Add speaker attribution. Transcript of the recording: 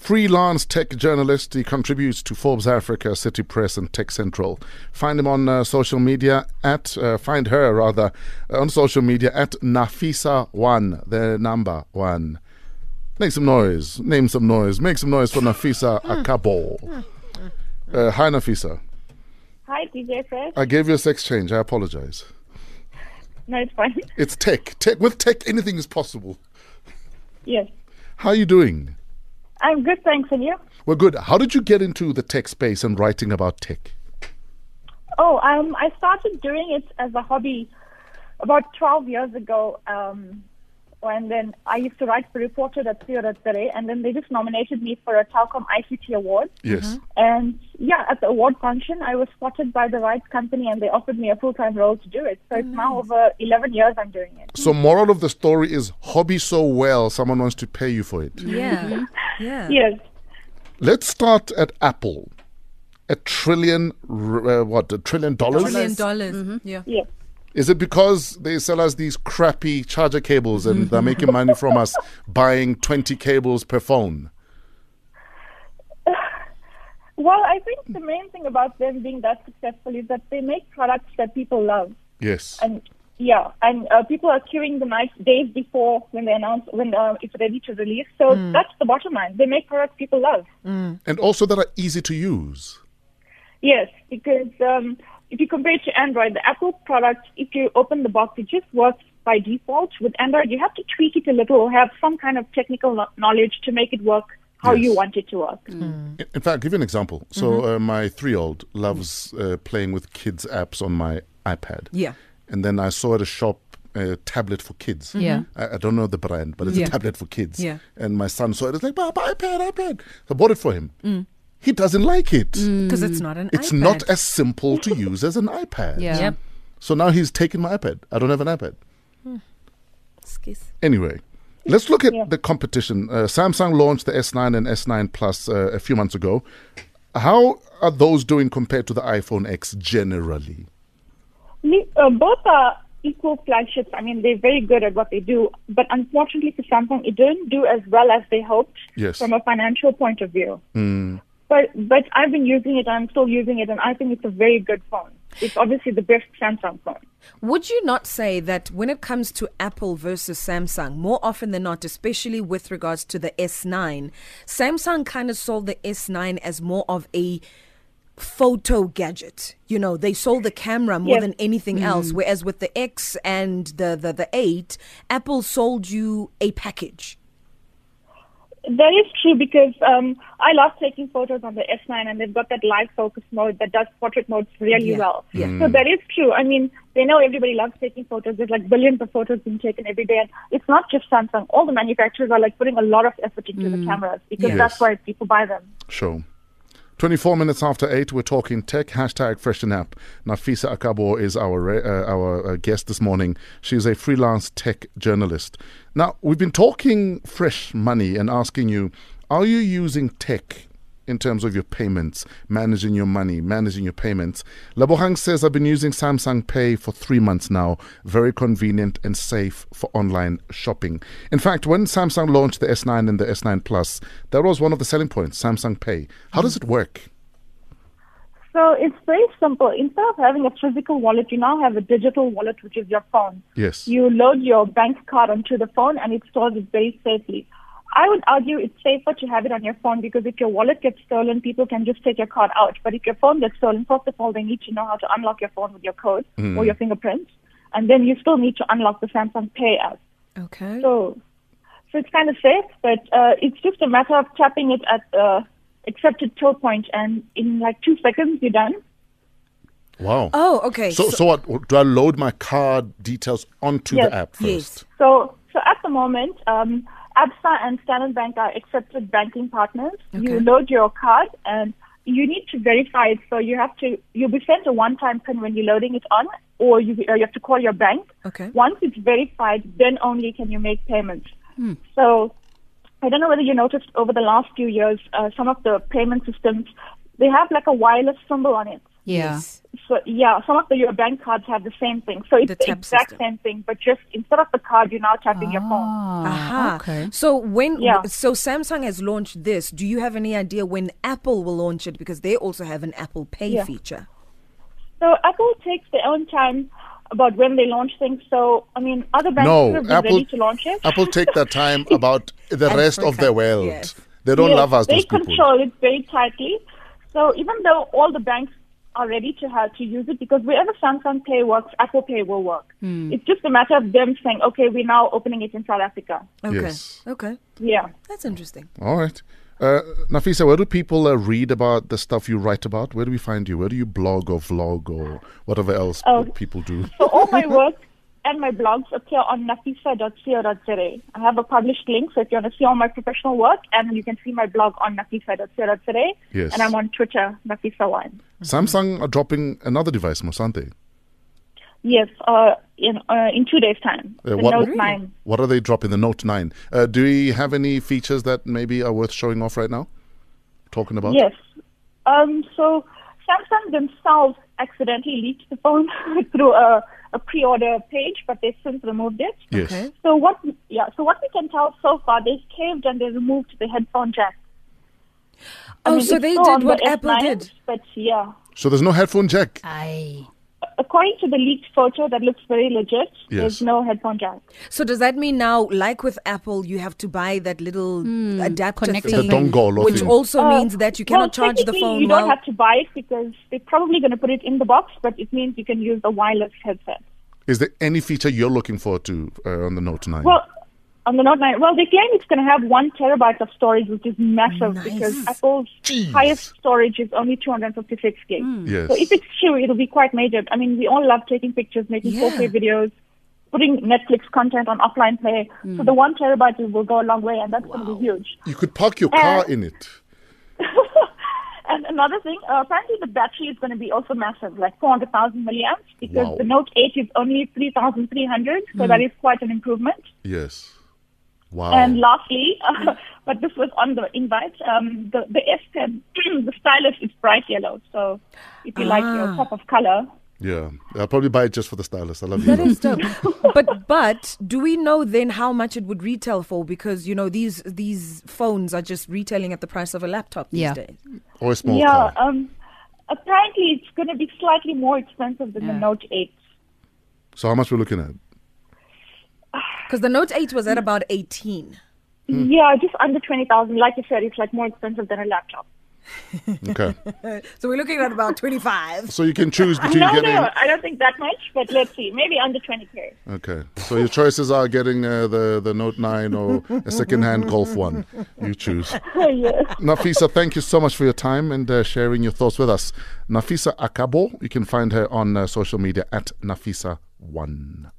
Speaker 1: freelance tech journalist. He contributes to Forbes Africa, City Press, and Tech Central. Find him on uh, social media at, uh, find her rather, on social media at Nafisa1, the number one. Make some noise. Name some noise. Make some noise for Nafisa Akabo. Uh, hi, Nafisa.
Speaker 2: Hi, DJ Fresh.
Speaker 1: I gave you a sex change. I apologize.
Speaker 2: No, it's fine.
Speaker 1: It's tech. Tech with tech, anything is possible.
Speaker 2: Yes.
Speaker 1: How are you doing?
Speaker 2: I'm good, thanks, and you?
Speaker 1: We're good. How did you get into the tech space and writing about tech?
Speaker 2: Oh, um, I started doing it as a hobby about 12 years ago. Um, when then I used to write for Reporter at Today, and then they just nominated me for a Telkom ICT award.
Speaker 1: Yes.
Speaker 2: And yeah, at the award function, I was spotted by the rights company, and they offered me a full-time role to do it. So it's now over 11 years I'm doing it.
Speaker 1: So, moral of the story is hobby so well, someone wants to pay you for it.
Speaker 3: Yeah. Yeah.
Speaker 2: Yes.
Speaker 1: Let's start at Apple. A trillion, r- uh, what, a trillion dollars?
Speaker 3: Million dollars. Yeah.
Speaker 2: Yes.
Speaker 1: Is it because they sell us these crappy charger cables and they're making money from us buying 20 cables per phone?
Speaker 2: Well, I think the main thing about them being that successful is that they make products that people love.
Speaker 1: Yes.
Speaker 2: And yeah, and uh, people are queuing the night days before when they announce when uh, it's ready to release. So that's the bottom line. They make products people love.
Speaker 1: And also that are easy to use.
Speaker 2: Yes, because um, if you compare it to Android, the Apple product, if you open the box, it just works by default. With Android, you have to tweak it a little or have some kind of technical kno- knowledge to make it work how
Speaker 1: Yes.
Speaker 2: you want it to work.
Speaker 1: In- In fact, give you an example. So,
Speaker 3: Mm-hmm.
Speaker 1: uh, my three year old loves uh, playing with kids' apps on my iPad.
Speaker 3: Yeah.
Speaker 1: And then I saw at a shop a tablet for kids.
Speaker 3: Mm-hmm. Yeah.
Speaker 1: I, I don't know the brand, but it's
Speaker 3: Yeah.
Speaker 1: a tablet for kids.
Speaker 3: Yeah.
Speaker 1: And my son saw it. It's like, Papa, iPad, iPad. I bought it for him. He doesn't like it.
Speaker 3: Because it's not an
Speaker 1: It's
Speaker 3: Mm. iPad.
Speaker 1: not as simple to use as an iPad.
Speaker 4: Yeah.
Speaker 3: Yep.
Speaker 1: So now he's taken my iPad. I don't have an iPad.
Speaker 3: Excuse.
Speaker 1: Anyway, let's look at
Speaker 2: Yeah.
Speaker 1: the competition. Uh, Samsung launched the S9 and S9 Plus uh, a few months ago. How are those doing compared to the iPhone X generally?
Speaker 2: Le- Uh, both are equal flagships. I mean, they're very good at what they do, but unfortunately for Samsung, it didn't do as well as they hoped
Speaker 1: Yes.
Speaker 2: from a financial point of view. But but I've been using it. I'm still using it, and I think it's a very good phone. It's obviously the best Samsung phone.
Speaker 3: Would you not say that when it comes to Apple versus Samsung, more often than not, especially with regards to the S9, Samsung kind of sold the S9 as more of a photo gadget. You know, they sold the camera more
Speaker 2: Yes.
Speaker 3: than anything else. Whereas with the X and the, the, the 8, Apple sold you a package.
Speaker 2: That is true because um, I love taking photos on the S9 and they've got that live focus mode that does portrait modes really
Speaker 3: Yeah,
Speaker 2: well.
Speaker 3: yeah.
Speaker 2: So that is true. I mean, they know everybody loves taking photos. There's like billions of photos being taken every day. And it's not just Samsung. All the manufacturers are like putting a lot of effort into
Speaker 3: Mm.
Speaker 2: the cameras because
Speaker 1: Yeah. Yes.
Speaker 2: that's why people buy them.
Speaker 1: Show. 24 minutes after 8, we're talking tech. Hashtag freshen up. Nafisa Akabo is our, re- uh, our uh, guest this morning. She's a freelance tech journalist. Now, we've been talking fresh money and asking you are you using tech in terms of your payments, managing your money, managing your payments? Labohang says, I've been using Samsung Pay for three months now. Very convenient and safe for online shopping. In fact, when Samsung launched the S9 and the S9 Plus, that was one of the selling points Samsung Pay. How does it work?
Speaker 2: So it's very simple. Instead of having a physical wallet, you now have a digital wallet, which is your phone.
Speaker 1: Yes.
Speaker 2: You load your bank card onto the phone and it stores it very safely. I would argue it's safer to have it on your phone because if your wallet gets stolen, people can just take your card out. But if your phone gets stolen, first of all, they need to know how to unlock your phone with your code or your fingerprints. And then you still need to unlock the Samsung Pay app.
Speaker 3: Okay.
Speaker 2: So, so it's kind of safe, but uh, it's just a matter of tapping it at the accepted till point, and in like two seconds, you're done.
Speaker 1: Wow.
Speaker 3: Oh, okay.
Speaker 1: so, so, what? Do I load my card details onto
Speaker 2: Yes.
Speaker 1: the app first?
Speaker 3: Yes.
Speaker 2: So, so at the moment, um, Absa and Standard Bank are accepted banking partners. You
Speaker 3: Okay.
Speaker 2: load your card, and you need to verify it. So you have to you'll be sent a one-time pin when you're loading it on, or you or you have to call your bank.
Speaker 3: Okay.
Speaker 2: Once it's verified, then only can you make payments.
Speaker 3: Hmm.
Speaker 2: So. I don't know whether you noticed over the last few years, uh, some of the payment systems, they have like a wireless symbol on it.
Speaker 4: Yeah.
Speaker 3: Yes.
Speaker 2: So yeah, some of the your bank cards have the same thing. So it's
Speaker 3: The
Speaker 2: the,
Speaker 3: tap
Speaker 2: exact
Speaker 3: system.
Speaker 2: same thing, but just instead of the card, you're now tapping your phone.
Speaker 4: Ah,
Speaker 3: Aha.
Speaker 4: okay.
Speaker 3: So when
Speaker 2: Uh, Yeah.
Speaker 3: so Samsung has launched this, do you have any idea when Apple will launch it because they also have an Apple Pay
Speaker 2: Yeah.
Speaker 3: feature?
Speaker 2: So Apple takes their own time about when they launch things. So I mean, other banks should
Speaker 1: No,
Speaker 2: have been
Speaker 1: Apple.
Speaker 2: ready to launch it.
Speaker 1: Apple take their time about the rest of the
Speaker 3: Africa,
Speaker 1: world.
Speaker 3: yes.
Speaker 1: They don't
Speaker 2: Yes,
Speaker 1: love us.
Speaker 2: They
Speaker 1: Those people.
Speaker 2: control it very tightly. So even though all the banks are ready to have to use it, because wherever Samsung Pay works, Apple Pay will work.
Speaker 3: Hmm.
Speaker 2: It's just a matter of them saying, okay, we're now opening it in South Africa.
Speaker 3: Okay.
Speaker 1: Yes.
Speaker 3: Okay.
Speaker 2: Yeah.
Speaker 3: That's interesting.
Speaker 1: All right. Uh, Nafisa, where do people uh, read about the stuff you write about? Where do we find you? Where do you blog or vlog or whatever else
Speaker 2: Oh.
Speaker 1: p- people do?
Speaker 2: So all my work and my blogs appear on nafisa.co.za. I have a published link, so if you want to see all my professional work, and you can see my blog on nafisa.co.za.
Speaker 1: Yes.
Speaker 2: And I'm on Twitter, nafisa1.
Speaker 1: Samsung are dropping another device, most, aren't they?
Speaker 2: Yes, uh, in uh, in two days' time.
Speaker 1: Uh,
Speaker 2: the
Speaker 1: what-
Speaker 2: Note
Speaker 1: Really?
Speaker 2: 9.
Speaker 1: What are they dropping? The Note 9. Uh, do we have any features that maybe are worth showing off right now? Talking about?
Speaker 2: Yes. Um, so Samsung themselves accidentally leaked the phone through a, a pre-order page, but they've since removed it.
Speaker 1: Yes.
Speaker 3: Okay.
Speaker 2: So what? Yeah. So what we can tell so far, they've caved and they removed the headphone jack. I
Speaker 3: oh,
Speaker 2: mean,
Speaker 3: so
Speaker 2: it's
Speaker 3: they
Speaker 2: still on
Speaker 3: did
Speaker 2: the
Speaker 3: what Apple
Speaker 2: S9,
Speaker 3: did.
Speaker 2: But yeah,
Speaker 1: So there's no headphone jack.
Speaker 4: Aye.
Speaker 2: according to the leaked photo, that looks very legit.
Speaker 1: Yes.
Speaker 2: There's no headphone jack.
Speaker 3: So does that mean now, like with Apple, you have to buy that little adapter
Speaker 4: connector
Speaker 3: thing,
Speaker 1: thing. The dongle or
Speaker 3: which
Speaker 1: thing.
Speaker 3: also
Speaker 2: Hmm. Uh,
Speaker 3: means that you cannot
Speaker 2: well,
Speaker 3: charge the
Speaker 2: technically,
Speaker 3: phone
Speaker 2: You
Speaker 3: while
Speaker 2: don't have to buy it because they're probably going to put it in the box, but it means you can use the wireless headset.
Speaker 1: Is there any feature you're looking forward to uh, on the Note 9?
Speaker 2: Well, on the Note 9, well, they claim it's going to have one terabyte of storage, which is massive
Speaker 3: Hmm.
Speaker 2: because Apple's highest storage is only 256 gigs.
Speaker 3: Hmm.
Speaker 1: yes.
Speaker 2: So if it's true, it'll be quite major. I mean, we all love taking pictures, making
Speaker 3: Yeah.
Speaker 2: 4K videos, putting Netflix content on offline play.
Speaker 1: Hmm.
Speaker 2: So the one terabyte will go a long way, and that's going to be huge.
Speaker 1: you could park your car
Speaker 2: Uh,
Speaker 1: in it.
Speaker 2: And another thing, uh, apparently the battery is going to be also massive, like 400,000 milliamps, because
Speaker 1: Wow. Hmm.
Speaker 2: the Note 8 is only 3,300, so that is quite an improvement.
Speaker 1: Yes. Wow.
Speaker 2: And lastly, uh, but this was on the invite, um, the, the S10, the stylus is bright yellow. So if you like
Speaker 1: Ah.
Speaker 2: your pop of color,
Speaker 1: yeah. I'll probably buy it just for the stylus. I love you.
Speaker 3: That
Speaker 1: love.
Speaker 3: is dope. but but do we know then how much it would retail for? Because you know these these phones are just retailing at the price of a laptop these
Speaker 4: Yeah.
Speaker 3: days.
Speaker 1: Or a small
Speaker 2: yeah,
Speaker 1: car.
Speaker 2: um, apparently it's going to be slightly more expensive than the Note 8.
Speaker 1: So how much we're looking at?
Speaker 3: Because the Note 8 was at about 18.
Speaker 2: Yeah, just under 20,000. Like you said, it's like more expensive than a laptop.
Speaker 1: Okay.
Speaker 3: So we're looking at about 25.
Speaker 1: so you can choose between
Speaker 2: No,
Speaker 1: getting.
Speaker 2: no, I don't think that much, but let's see. Maybe under 20K.
Speaker 1: Okay. So your choices are getting uh, the the Note 9 or a second-hand Golf 1. You choose.
Speaker 2: yes.
Speaker 1: Nafisa, thank you so much for your time and uh, sharing your thoughts with us. Nafisa Akabo, you can find her on uh, social media at Nafisa1.